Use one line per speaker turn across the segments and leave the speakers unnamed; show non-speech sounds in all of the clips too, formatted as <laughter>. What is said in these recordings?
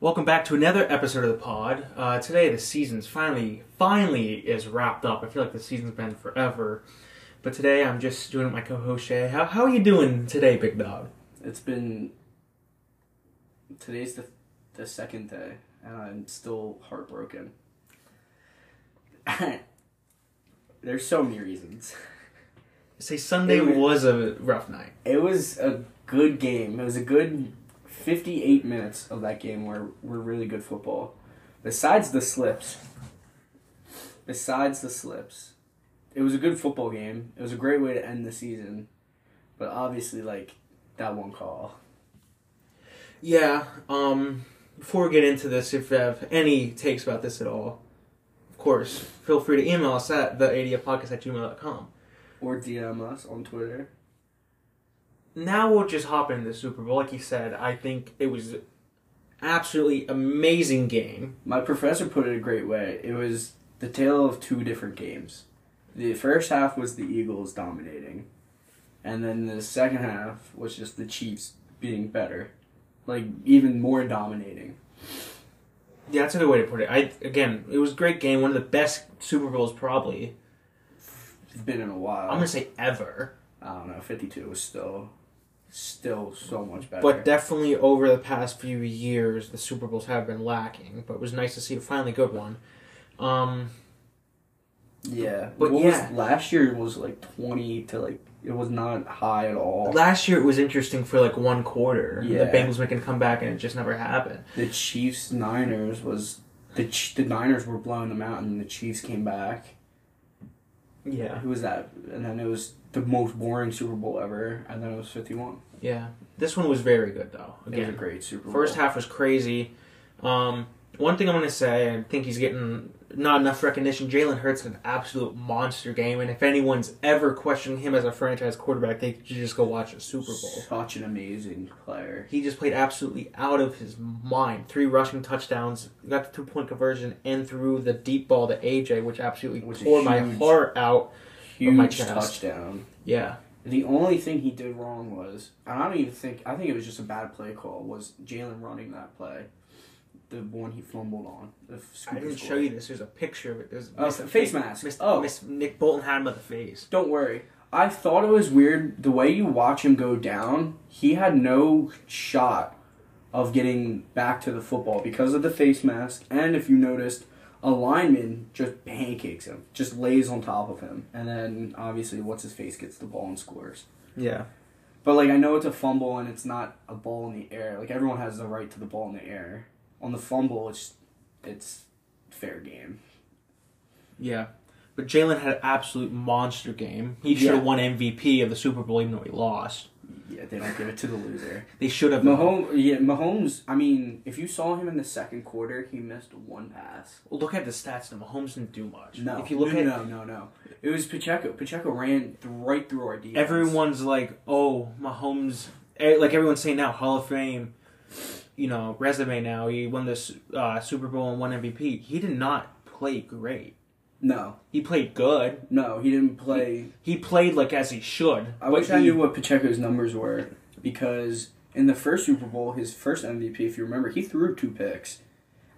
Welcome back to another episode of the pod. Uh, today the season's finally, finally is wrapped up. I feel like the season's been forever, but today I'm just doing it with my co-host Shay. How how are you doing today, big dog?
It's been. Today's the the second day, and I'm still heartbroken. <laughs> There's so many reasons.
Say Sunday
It
was
was-
a rough night.
It was a good game. It was a good 58 minutes of that game where we're really good football. Besides the slips, besides the slips, it was a good football game. It was a great way to end the season, but obviously, like that one call.
Yeah. Um. Before we get into this, if you have any takes about this at all, of course, feel free to email us at theadpodcast at gmail.com.
Or DM us on Twitter.
now we'll just hop into the Super Bowl. Like you said, I think it was absolutely amazing game.
My professor put it a great way. It was the tale of two different games. The first half was the Eagles dominating, and then the second half was just the Chiefs being better, like even more dominating.
Yeah, that's a good way to put it. I again, it was a great game, one of the best Super Bowls probably.
It's been in a while.
I'm gonna say ever,
I don't know. Fifty two was still, still so much better.
but definitely over the past few years, the Super Bowls have been lacking. But it was nice to see a finally good one. Um,
yeah,
but
What was-
yeah.
last year was like twenty to like it was not high at all.
last year it was interesting for like one quarter.
Yeah.
The Bengals making a comeback and it just never happened.
the Chiefs Niners was the Ch- the Niners were blowing them out, and the Chiefs came back.
Yeah,
Who was that? And then it was the most boring Super Bowl ever, and then it was 51.
yeah. This one was very good though.
It was a great Super Bowl.
First half was crazy. Um, one thing I'm going to say, I think he's getting not enough recognition. Jalen Hurts had an absolute monster game, and if anyone's ever questioning him as a franchise quarterback, they should just go watch the Super Bowl.
Such an amazing player.
He just played absolutely out of his mind. Three rushing touchdowns, got the two point conversion, and threw the deep ball to AJ, which absolutely
Which is
tore my
huge.
heart out.
Huge
my chest.
touchdown.
Yeah,
The only thing he did wrong was, and I don't even think, I think it was just a bad play call, was Jalen running that play. The one he fumbled on. The f-
I
Super
didn't
score.
show you this. There's a picture of it. There's
Oh,
Mr.
face
Nick-
mask.
Mr.
Oh.
Mr. Nick Bolton had him by the face.
Don't worry. I thought it was weird the way you watch him go down. He had no shot of getting back to the football because of the face mask, and if you noticed, a lineman just pancakes him, just lays on top of him, and then obviously, what's his face gets the ball and scores.
Yeah.
But like, I know it's a fumble and it's not a ball in the air. Like everyone has the right to the ball in the air. On the fumble, it's it's fair game.
Yeah. But Jalen had an absolute monster game. He should have
Yeah.
won MVP of the Super Bowl even though he lost.
Yeah, they don't give it to the loser.
They should have
Mahomes, yeah, Mahomes. I mean, if you saw him in the second quarter, he missed one pass.
look at the stats now. Mahomes didn't do much.
No,
If you look
no,
at
no, no, no. It was Pacheco. Pacheco ran th- right through our defense.
everyone's like, oh, Mahomes eh, like everyone's saying now, Hall of Fame, you know, resume now. He won this uh, Super Bowl and won MVP. He did not play great.
No,
He played good.
no, he didn't play.
He played like as he should.
I wish
but
I
he-
knew what Pacheco's numbers were because in the first Super Bowl, his first MVP, if you remember, he threw two picks,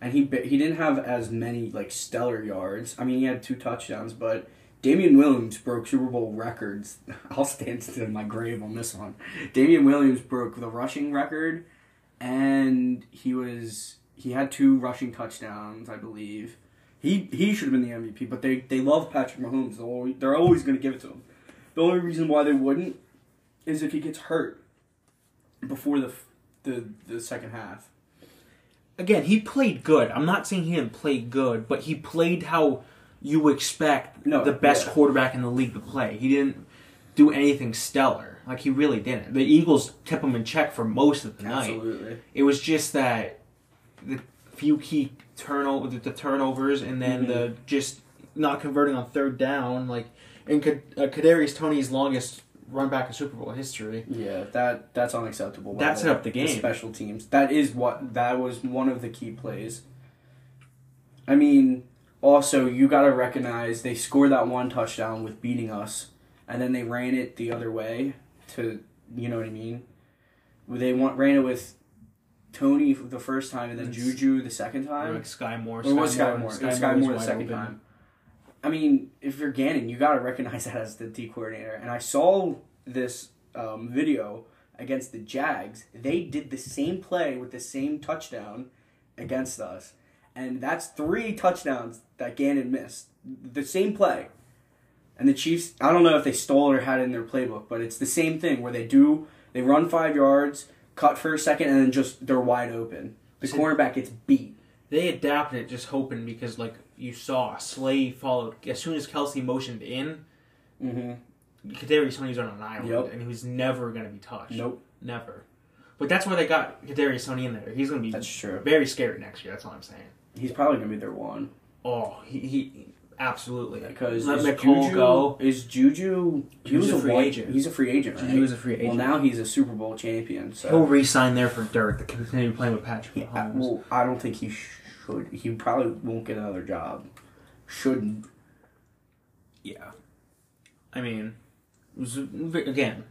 and he ba- he didn't have as many like stellar yards. I mean, he had two touchdowns, but. Damian Williams broke Super Bowl records. <laughs> I'll stand to my grave on this one. Damian Williams broke the rushing record, and he was he had two rushing touchdowns, I believe. He he should have been the MVP, but they, they love Patrick Mahomes. They're always, they're always going to give it to him. The only reason why they wouldn't is if he gets hurt before the f- the the second half.
again, he played good. I'm not saying he didn't play good, but he played how you expect
No,
the best
yeah.
quarterback in the league to play. He didn't do anything stellar. Like he really didn't. The Eagles kept him in check for most of the night.
Absolutely.
It was just that the few key turnover, the, the turnovers, and then the
Mm-hmm.
just not converting on third down. Like and Kad- uh, Kadarius Tony's longest run back in Super Bowl history.
Yeah, that that's unacceptable.
That set up the game.
special teams. That is what that was one of the key plays. I mean, also you got to recognize they scored that one touchdown with beating us, and then they ran it the other way to you know what I mean. They want ran it with Tony the first time and then
It's-
Juju the second time.
Like Sky Moore.
Or was Sky
Moore-
Moore? It was Sky Moore the
wide
second
open.
time. I mean, if you're Gannon, you gotta recognize that as the D coordinator. And I saw this um, video against the Jags. They did the same play with the same touchdown against us, and that's three touchdowns that Gannon missed. The same play. And the Chiefs, I don't know if they stole it or had it in their playbook, but it's the same thing where they do they run five yards, cut for a second, and then just they're wide open. The
So-
cornerback gets beat.
They adapted it just hoping because like you saw Slay followed as soon as Kelsey motioned in,
Mm-hmm.
Kadarius Tony was on an island
Yep.
and he was never gonna be touched.
Nope.
Never. But that's why they got Kadarius Tony in there. He's gonna be
That's true.
very scary next year, that's all I'm saying.
He's probably gonna be their one
Oh, he, he absolutely
because
let
is
McCall
Juju,
go.
Is Juju?
He was a free
one-
agent.
He's a free agent. Right?
He was a free agent.
Well, now he's a Super Bowl champion. So
He'll re-sign there for Dirk to continue playing with Patrick
Yeah,
Mahomes.
well, I don't think he should. He probably won't get another job. Shouldn't.
yeah, I mean, it was, again,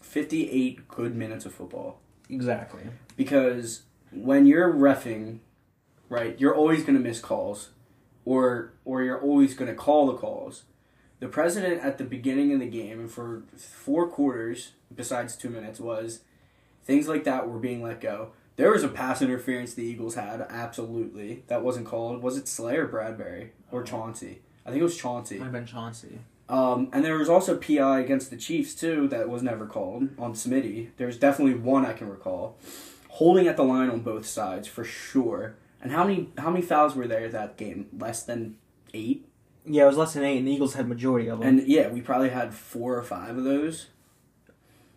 Fifty-eight good minutes of football
exactly.
because when you're refing, right, you're always gonna miss calls, or or you're always gonna call the calls. The president at the beginning of the game and for four quarters, besides two minutes, was things like that were being let go. There was a pass interference the Eagles had, absolutely. That wasn't called. Was it Slay or Bradbury or Chauncey? I think it was Chauncey.
Might have been Chauncey.
Um, and there was also PI against the Chiefs too that was never called on Smitty. There's definitely one I can recall, holding at the line on both sides for sure. And how many how many fouls were there that game? Less than eight.
Yeah, it was less than eight, and the Eagles had majority of them.
And yeah, we probably had four or five of those.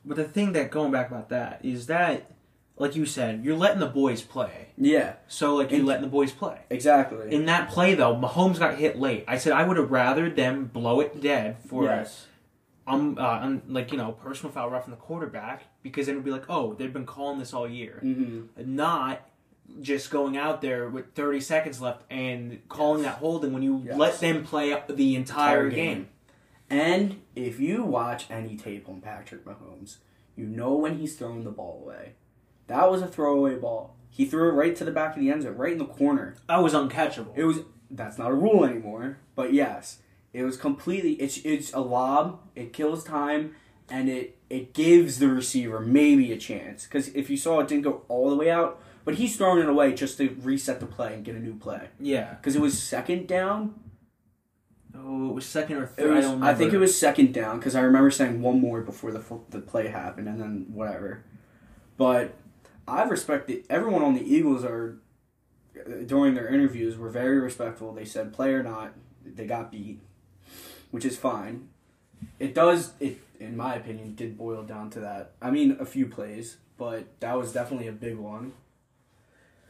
but the thing that going back about that is that, like you said, you're letting the boys play.
Yeah,
So like you're
And-
letting the boys play.
exactly.
In that play though, Mahomes got hit late. I said I would have rather them blow it dead for us.
yes.
um, uh, um, like you know, personal foul roughing the quarterback because then it'd be like, oh, they've been calling this all year,
Mm-hmm.
not just going out there with 30 seconds left and calling that holding when you
Yes.
let them play the entire, game.
And if you watch any tape on Patrick Mahomes, you know when he's throwing the ball away. That was a throwaway ball. He threw it right to the back of the end zone, right in the corner.
That was uncatchable.
It was that's not a rule anymore, but yes, it was completely. It's it's a lob. It kills time, and it it gives the receiver maybe a chance because if you saw it didn't go all the way out, but he's throwing it away just to reset the play and get a new play
yeah.
because it was second down
Oh, it was second or
it
third.
was,
I, don't
I, think it
remember.
was second down because I remember saying one more before the fu- the play happened, and then whatever. But I respect the everyone on the Eagles are uh, during their interviews were very respectful. They said play or not, they got beat, which is fine. It does it in my opinion did boil down to that. I mean a few plays, but that was definitely a big one.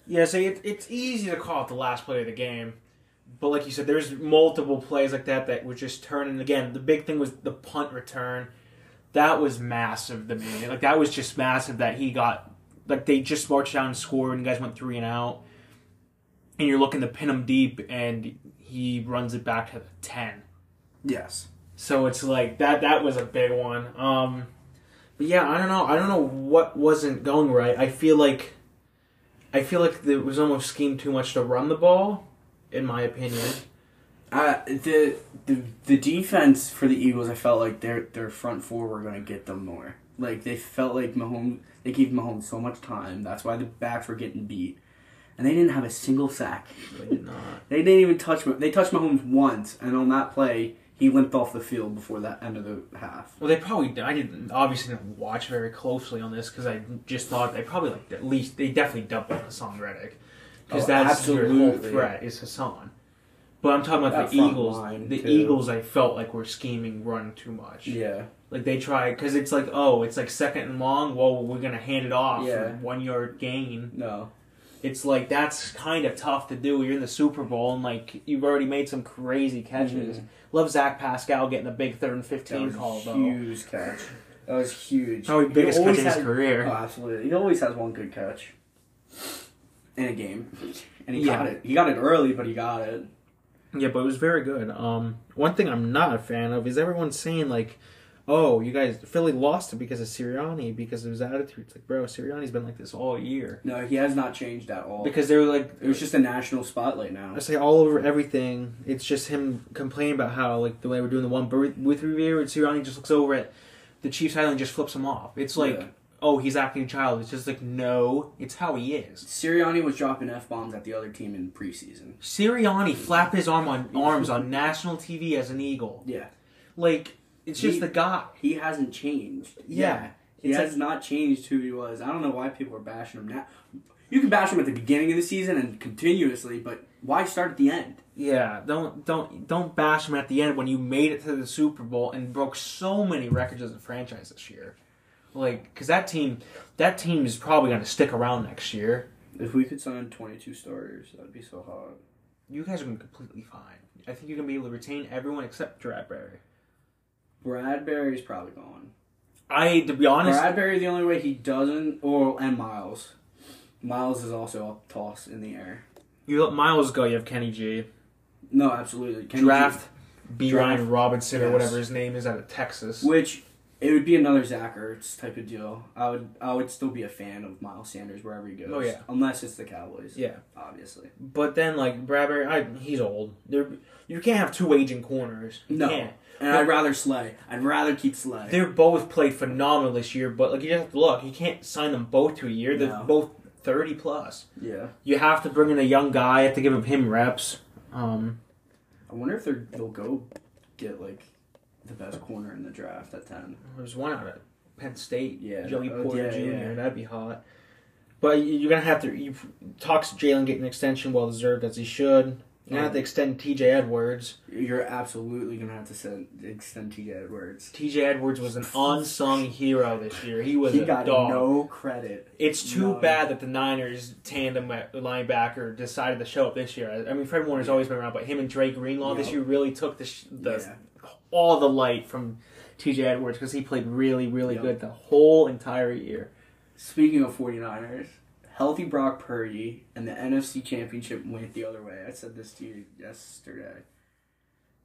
Yeah, so it, it's easy to call it the last play of the game. But like you said, there's multiple plays like that that were just turning. Again, the big thing was the punt return. That was massive to me. Like that was just massive that he got. Like they just marched down and scored, and you guys went three and out. And you're looking to pin him deep, and he runs it back to the ten.
Yes.
So it's like that. That was a big one. Um, but yeah, I don't know. I don't know what wasn't going right. I feel like, I feel like it was almost schemed too much to run the ball, in my opinion.
Uh, the the the defense for the Eagles, I felt like their their front four were gonna get them more. Like they felt like Mahomes, they gave Mahomes so much time. That's why the backs were getting beat, and they didn't have a single sack.
They did not.
They didn't even touch. Mah- They touched Mahomes once, and on that play, he limped off the field before that end of the half.
Well, they probably. I didn't obviously didn't watch very closely on this because I just thought they probably like at least they definitely doubled Hassan Reddick because
Oh,
that's your whole
absolutely.
threat is Hassan. But I'm talking about
That
the
front
Eagles.
line,
the
too.
Eagles, I felt like were scheming run too much.
Yeah,
Like they try because it's like oh it's like second and long. Well, we're gonna hand it off.
Yeah.
One yard gain.
no,
It's like that's kind of tough to do. You're in the Super Bowl and like you've already made some crazy catches.
Mhm.
Love Zach Pascal getting a big third and
that
fifteen
was
call
a
though.
huge catch. That was huge.
Probably
He
biggest catch
always
of his
had-
career.
Oh, absolutely. He always has one good catch in a game, and he
Yeah.
got it. He got it early, but he got it.
Yeah, but it was very good. Um, one thing I'm not a fan of is everyone saying like, oh, you guys, Philly lost it because of Sirianni, because of his attitude. It's like, bro, Sirianni's been like this all year.
No, he has not changed at all.
Because they were like,
it was just a national spotlight now.
it's like all over everything. It's just him complaining about how, like, the way we're doing the one booth with review, and Sirianni just looks over at the Chiefs title and just flips him off. It's like,
Yeah.
oh, he's acting childish. It's just like, no, it's how he is.
Sirianni was dropping f bombs at the other team in preseason.
Sirianni flapped his arm on arms on national TV as an Eagle.
Yeah,
Like, it's just
He-
the guy.
he hasn't changed.
Yeah.
he
It's
has not changed who he was. I don't know why people are bashing him now. You can bash him at the beginning of the season and continuously, but why start at the end?
Yeah, don't don't don't bash him at the end when you made it to the Super Bowl and broke so many records as a franchise this year. Like, cause that team, that team is probably gonna stick around next year.
If we could sign twenty two starters, that'd be so hot.
You guys are gonna be completely fine. I think you're gonna be able to retain everyone except Bradbury.
Bradbury's probably gone.
I, to be honest,
Bradbury, the only way he doesn't, or and Miles. Miles is also up toss in the air.
you let Miles go. You have Kenny G.
No, absolutely. Kenny G-
draft B
Draft.
Ryan Robinson or
Yes.
whatever his name is out of Texas.
Which it would be another Zach Ertz type of deal. I would I would still be a fan of Miles Sanders wherever he goes.
Oh, yeah.
Unless it's the Cowboys.
Yeah,
Obviously.
but then like Bradbury, I, he's old. There, you can't have two aging corners. You
No.
can't.
And I'd rather Slay. I'd rather keep Slay.
They're both played phenomenal this year, but like you just have to look, you can't sign them both to a year. They're
No.
both thirty plus.
yeah.
You have to bring in a young guy. You have to give him reps. Um,
I wonder if they're, they'll go get like the best corner in the draft at ten.
there's one out of Penn State,
Yeah.
Joey
Oh,
Porter
yeah,
Jr.
yeah.
That'd be hot. But you- you're gonna have to. You talks to Jalen getting an extension, well deserved as he should. You're gonna have to extend T.J. Edwards.
You're absolutely gonna have to send extend TJ Edwards.
T.J. Edwards <laughs> was an unsung hero this year. He was
He
a
got
dog.
no credit.
It's too
No.
bad that the Niners tandem at linebacker decided to show up this year. I mean, Fred Warner's always been around, but him and Drake Greenlaw this
Yeah.
year really took the, sh- the
Yeah.
all the light from T.J. Edwards because he played really, really
Yeah.
good the whole entire year.
Speaking of 49ers, healthy Brock Purdy and the NFC Championship went the other way. I said this to you yesterday.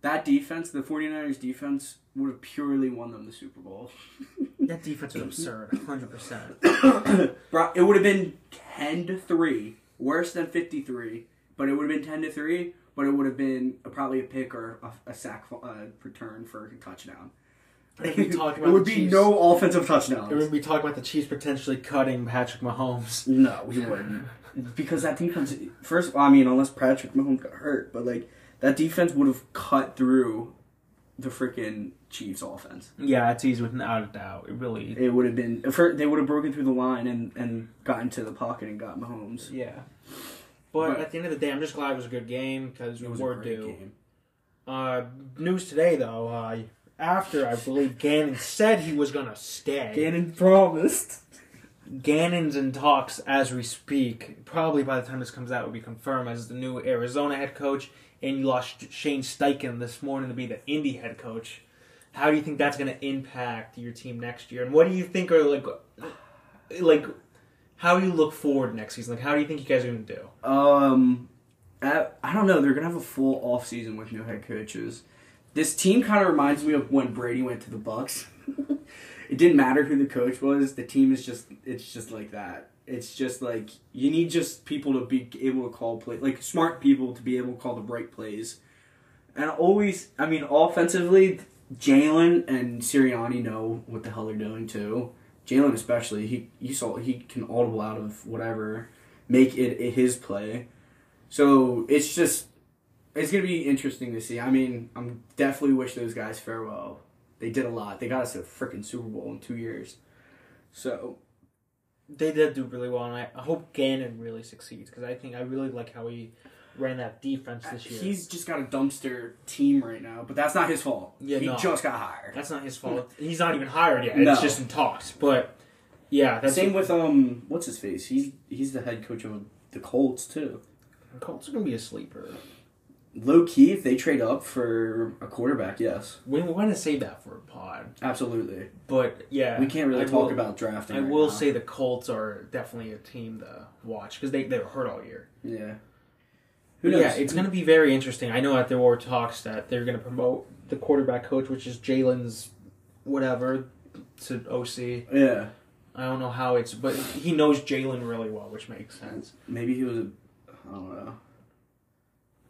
That defense, the 49ers defense, would have purely won them the Super Bowl.
That defense was absurd, hundred percent.
Bro, it would have been 10 to 3, worse than 53, but it would have been 10 to 3, but it would have been a, probably a pick or a, a sack uh, return for a touchdown.
Like <laughs> we talked about
<laughs> it would
the
be
Chiefs.
no offensive touchdowns.
We're gonna be talking about the Chiefs potentially cutting Patrick Mahomes.
No, he wouldn't. because that defense, first, I mean, unless Patrick Mahomes got hurt, but like that defense would have cut through the freaking Chiefs' offense.
Yeah, it's easy without a doubt. It really,
It would have been fir- they would have broken through the line and and gotten to the pocket and got Mahomes.
yeah. But,
But-
at the end of the day, I'm just glad it was a good game because we
It was
were
a great
due.
game.
Uh, news today, though, uh, after I believe Gannon said he was gonna stay.
Gannon promised.
Gannon's in talks as we speak. Probably by the time this comes out, it will be confirmed as the new Arizona head coach. And you lost Shane Steichen this morning to be the Indy head coach. How do you think that's gonna impact your team next year? And what do you think are like, like, how do you look forward next season? Like, how do you think you guys are gonna do?
Um, I, I don't know. They're gonna have a full off season with new head coaches. This team kind of reminds me of when Brady went to the Bucks. <laughs> it didn't matter who the coach was. The team is just it's just like that. It's just like you need just people to be able to call play like smart people to be able to call the right plays. And always, I mean, offensively, Jalen and Sirianni know what the hell they're doing too. Jalen especially, he you saw he can audible out of whatever, make it i- his play. So it's just it's gonna be interesting to see. I mean, I'm definitely wish those guys farewell. They did a lot. They got us a freaking Super Bowl in two years. So
They did do really well, and I I hope Gannon really succeeds because I think I really like how he ran that defense this year.
he's just got a dumpster team right now, but that's not his fault.
Yeah,
he
no.
just got hired.
That's not his fault. He's not even hired yet.
No.
It's just in talks. But yeah, that's
Same with um, what's his face? He's he's the head coach of the Colts too.
Colts are gonna be a sleeper.
Low key, if they trade up for a quarterback, yes,
We we want to save that for a pod,
absolutely.
but yeah,
We can't really
I
talk
will-
about drafting.
I
right
will
now.
say the Colts are definitely a team to watch because they they were hurt all year.
yeah. Who knows?
Yeah, it's gonna be very interesting. I know that there were talks that they're gonna promote the quarterback coach, which is Jalen's whatever to OC.
Yeah.
I don't know how it's, but he knows Jalen really well, which makes sense.
Maybe he was. A, I don't know.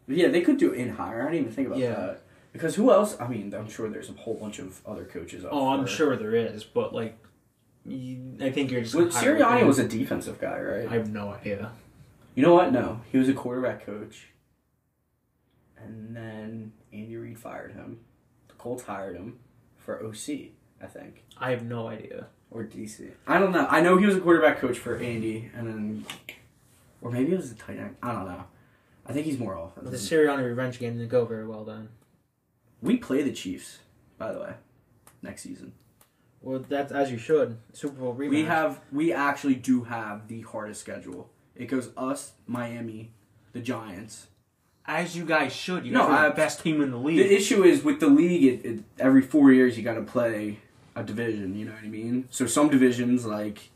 But yeah, they could do in hire. I didn't even think about
Yeah.
that. Because who else? I mean, I'm sure there's a whole bunch of other coaches. Up
Oh, I'm
for-
sure there is, but like, you, I think you're just.
Well,
hiring
Sirianni
him.
was a defensive guy, right?
I have no idea.
You know what? No, he was a quarterback coach, and then Andy Reid fired him. The Colts hired him for OC, I think,
I have no idea.
or DC. I don't know. I know he was a quarterback coach for Andy, and then, or maybe it was a tight end. I don't know. I think he's more
The
offensive.
Sirianni revenge game didn't go very well then.
We play the Chiefs, by the way, next season.
Well, that's as you should. Super Bowl rematch.
We have we actually do have the hardest schedule. It goes us, Miami, the Giants.
as you guys should. You
No,
guys are
I-
the best team in the league.
The issue is with the league. It, it, every four years you got to play a division. You know what I mean? So some divisions like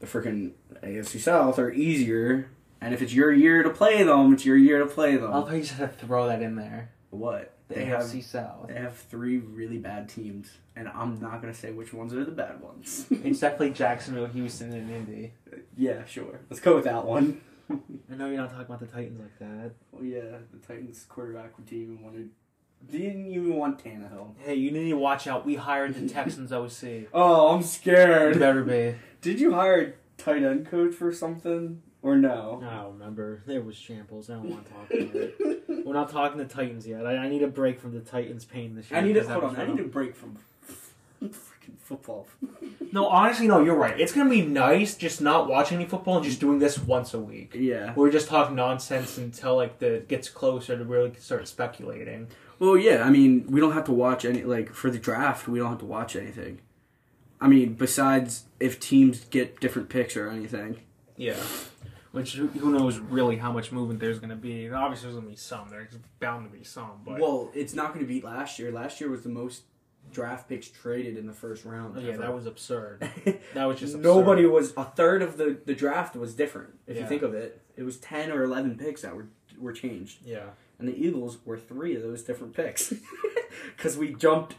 the freaking AFC South are easier, and if it's your year to play them, it's your year to play them.
I love how you just had to throw that in there.
what
The
they
AFC
have?
South.
They have three really bad teams, and I'm not gonna say which ones are the bad ones. <laughs>
It's definitely Jacksonville, Houston, and Indy.
yeah, sure. Let's go with that <laughs> one.
I know you're not talking about the Titans like that.
Well, yeah, the Titans quarterback didn't even wanted didn't even want Tannehill.
Hey, you need to watch out. We hired the Texans OC.
Oh, I'm
<laughs> You
scared.
better be.
Did you hire a tight end coach for something or
I
no?
don't remember. There was shambles. I don't want to talk about it. We're not talking the Titans yet. I, I need a break from the Titans pain this year.
I need to
because that
hold
was
on. I
wrong.
need a break from freaking football.
No, honestly, no. You're right. It's gonna be nice just not watching any football and just doing this once a week.
Yeah.
We just talk nonsense until like the gets closer to really start speculating.
Well, yeah. I mean, we don't have to watch any like for the draft. We don't have to watch anything. I mean, besides if teams get different picks or anything.
Yeah. Which who- who knows really how much movement there's gonna be? Obviously, there's gonna be some. There's bound to be some, but
Well, it's not going to beat last year. Last year was the most draft picks traded in the first round.
Oh, yeah,
ever.
that was absurd.
<laughs>
That was <laughs> just absurd.
nobody was a third of the the draft was different. If
Yeah.
you think of it, it was ten or eleven picks that were were changed,
Yeah.
and the Eagles were three of those different picks <laughs> because we jumped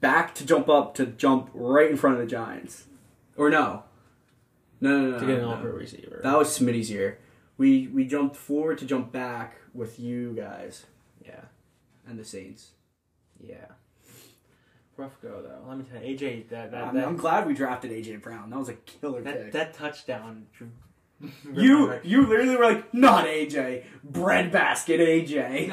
back to jump up to jump right in front of the Giants, or no, no, no, no,
To get an
no,
offer
no.
receiver.
That was Smitty's year. We we jumped forward to jump back with you guys
yeah.
and the Saints.
Yeah. Rough go though. Let me tell you, AJ that that
I'm,
that,
I'm glad we drafted AJ Brown. That was a killer
that,
pick.
that touchdown. <laughs> drew-
You you literally were like, not AJ, breadbasket AJ.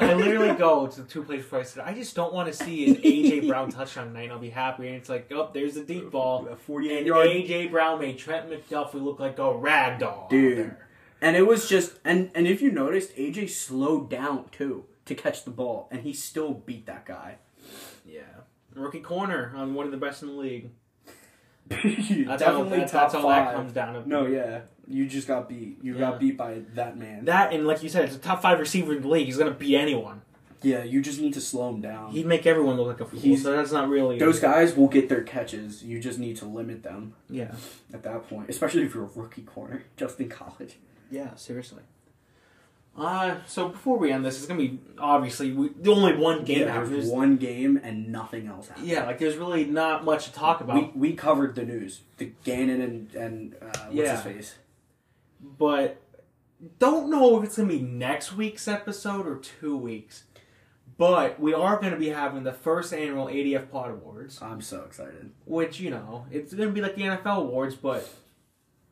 <laughs> I literally go to the two places where I said I just don't want to see an
<laughs>
AJ Brown touchdown tonight. I'll be happy, and it's like, oh, there's the deep ball.
a
And
48 yard
AJ Brown made Trent McDuffie look like a rag doll. out
Dude.
there.
and it was just and and if you noticed, AJ slowed down too to catch the ball, and he still beat that guy. <laughs>
Yeah. Rookie corner on one of the best in the league. That's
Definitely
all, that,
top
that's all that
five.
comes down to.
no, yeah, you just got beat. You
Yeah.
got beat by that man.
That and like you said, it's a top five receiver in the league. He's gonna beat anyone.
yeah, you just need to slow him down.
He'd make everyone look like a fool.
He's-
so that's not really
Those guys will get their catches. You just need to limit them
Yeah.
at that point, especially if you're a rookie corner, <laughs> just in college.
Yeah. Seriously. Uh, so before we end this, it's gonna be obviously we, the only one game
Yeah,
happens.
there's one game and nothing else happened.
Yeah, like there's really not much to talk about.
We, we covered the news, the Gannon and and uh, what's
Yeah.
his face.
but don't know if it's gonna be next week's episode or two weeks. But we are gonna be having the first annual ADF Pod Awards,
I'm so excited.
which you know it's gonna be like the NFL Awards, but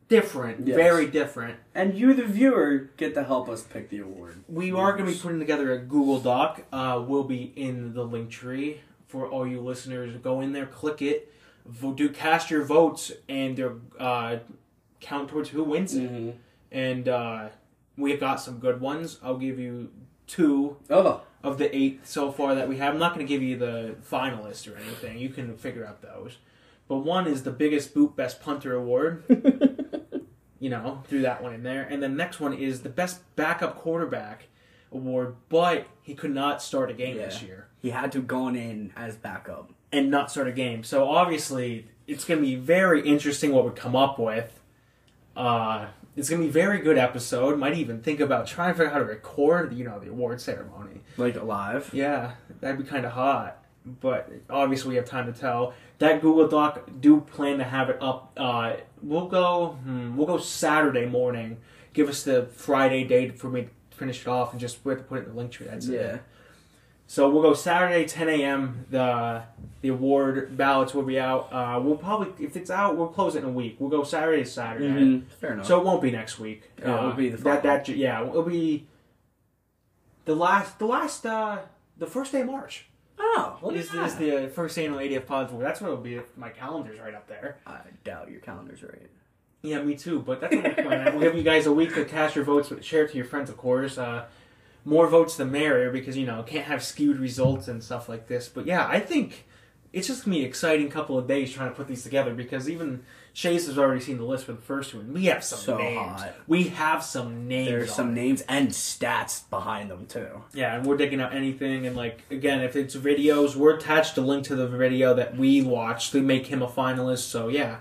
different,
Yes.
very different.
And you, the viewer, get to help us pick the award.
We are going to be putting together a Google Doc. Uh, will be in the link tree for all you listeners. Go in there, click it, vo- do cast your votes, and they're, uh, count towards who wins it.
Mhm.
And uh, we've got some good ones. I'll give you two
Oh,
of the eight so far that we have. I'm not going to give you the finalists or anything. You can figure out those. But one is the biggest boot best punter award. you know, threw that one in there. And the next one is the best backup quarterback award, but he could not start a game this
Yeah.
year
he had to have gone in as backup.
and not start a game. So obviously, it's going to be very interesting what we come up with. Uh, it's going to be a very good episode. Might even think about trying to figure out how to record, you know, the award ceremony.
Like alive.
Yeah, that'd be kind of hot. But obviously, we have time to tell. that Google Doc do plan to have it up. Uh, we'll go. Hmm, we'll go Saturday morning. Give us the Friday date for me to finish it off, and just we have to put it in the link tree. That's it.
Yeah.
So we'll go Saturday, 10 a.m. The the award ballots will be out. Uh, we'll probably if it's out, we'll close it in a week. We'll go Saturday to Saturday,
Mhm. Fair enough.
so it won't be next week.
Yeah, it'll
Uh,
be the
that
following.
that yeah, it'll be the last the last uh the first day of March.
oh, look
is,
at
is
that.
the first annual ADF Pods Award. That's what it'll be if my calendar's right up there.
I doubt your calendar's right.
Yeah, me too. But that's what we're planning. We'll give you guys a week to cast your votes, but share it to your friends, of course. Uh, more votes the merrier, because you know can't have skewed results and stuff like this. But yeah, I think it's just gonna be an exciting couple of days trying to put these together because even Chase has already seen the list for the first one. We have some
So
names.
hot.
We have some names.
There's
on
some
it.
names and stats behind them too.
Yeah, and we're digging out anything. And like again, if it's videos, we're attached a link to the video that we watched to make him a finalist. So yeah,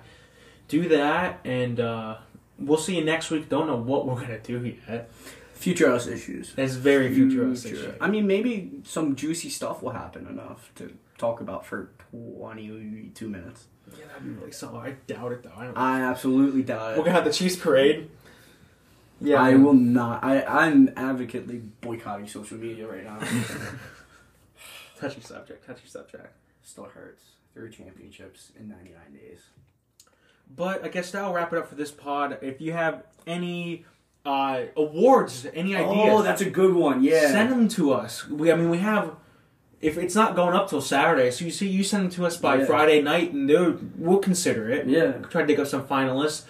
do that, and uh, we'll see you next week. Don't know what we're gonna do yet.
Future us issues.
That's very futuristic.
Future-
shit.
I mean, maybe some juicy stuff will happen enough to talk about for 22 minutes.
Yeah, that'd be really solid. I doubt it though. I don't.
I absolutely doubt it.
we're gonna have the Chiefs parade. Yeah,
I will not. I, I'm advocately boycotting social media
<laughs>
right now.
touchy subject. Touchy subject.
Still hurts. Three championships in 99 days.
But I guess that'll wrap it up for this pod. If you have any uh, awards, any ideas,
Oh, that's a good one. Yeah.
Send them to us. We, I mean, we have. If it's not going up till Saturday, so you see, you send them to us by
Yeah.
Friday night, and dude, we'll consider it.
yeah.
Try to dig up some finalists,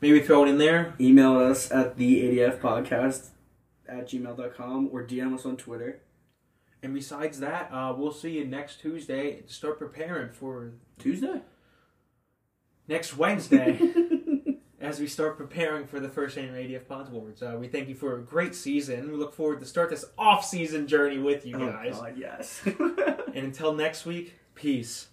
maybe throw it in there.
Email us at the ADF podcast at gmail.com or DM us on Twitter.
And besides that, uh, we'll see you next Tuesday. Start preparing for
Tuesday.
next
<laughs>
Wednesday as we start preparing for the first annual ADF Pods Awards. Uh, we thank you for a great season. We look forward to start this off-season journey with you
Oh,
guys. <laughs>
God, yes. <laughs>
And until next week, peace.